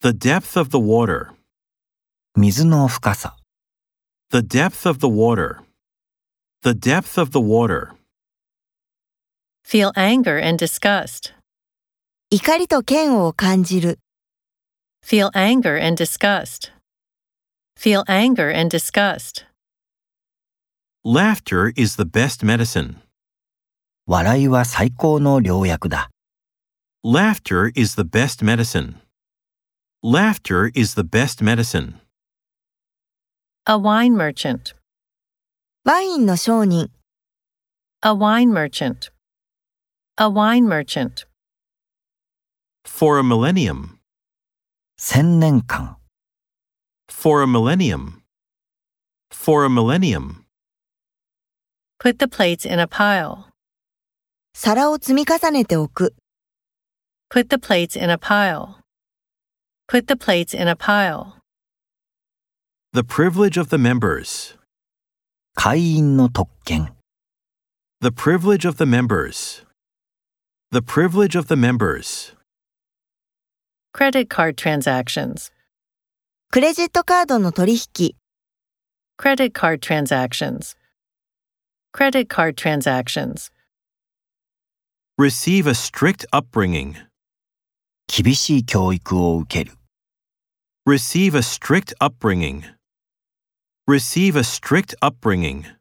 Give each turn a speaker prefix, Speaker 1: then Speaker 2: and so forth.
Speaker 1: The depth of the water.
Speaker 2: 水の深さ、
Speaker 1: The depth of the water. The depth of the water.
Speaker 3: Feel anger and disgust.
Speaker 4: 怒りと嫌悪を感じる
Speaker 3: Feel anger and disgust. Feel anger and disgust.
Speaker 1: Laughter is the best medicine.
Speaker 2: 笑いは最高の良薬だ。
Speaker 1: Laughter is the best medicine. Laughter is the best medicine.
Speaker 3: A wine merchant.
Speaker 4: ワインの商人
Speaker 3: A wine merchant. A wine merchant.
Speaker 1: For a millennium.
Speaker 2: 千年間、
Speaker 1: For a millennium. For a millennium.
Speaker 3: Put the plates in a pile.
Speaker 4: 皿を積み重ねておく
Speaker 3: Put the plates in a pile. Put the plates in a pile.
Speaker 1: The privilege of the members.
Speaker 2: 会員の特権、
Speaker 1: The privilege of the members. The privilege of the members.
Speaker 3: Credit card transactions.
Speaker 4: クレジットカードの取引
Speaker 3: Credit card transactions. Credit card transactions.
Speaker 1: Receive a strict upbringing.
Speaker 2: 厳しい教育を受ける。
Speaker 1: Receive a strict upbringing. Receive a strict upbringing.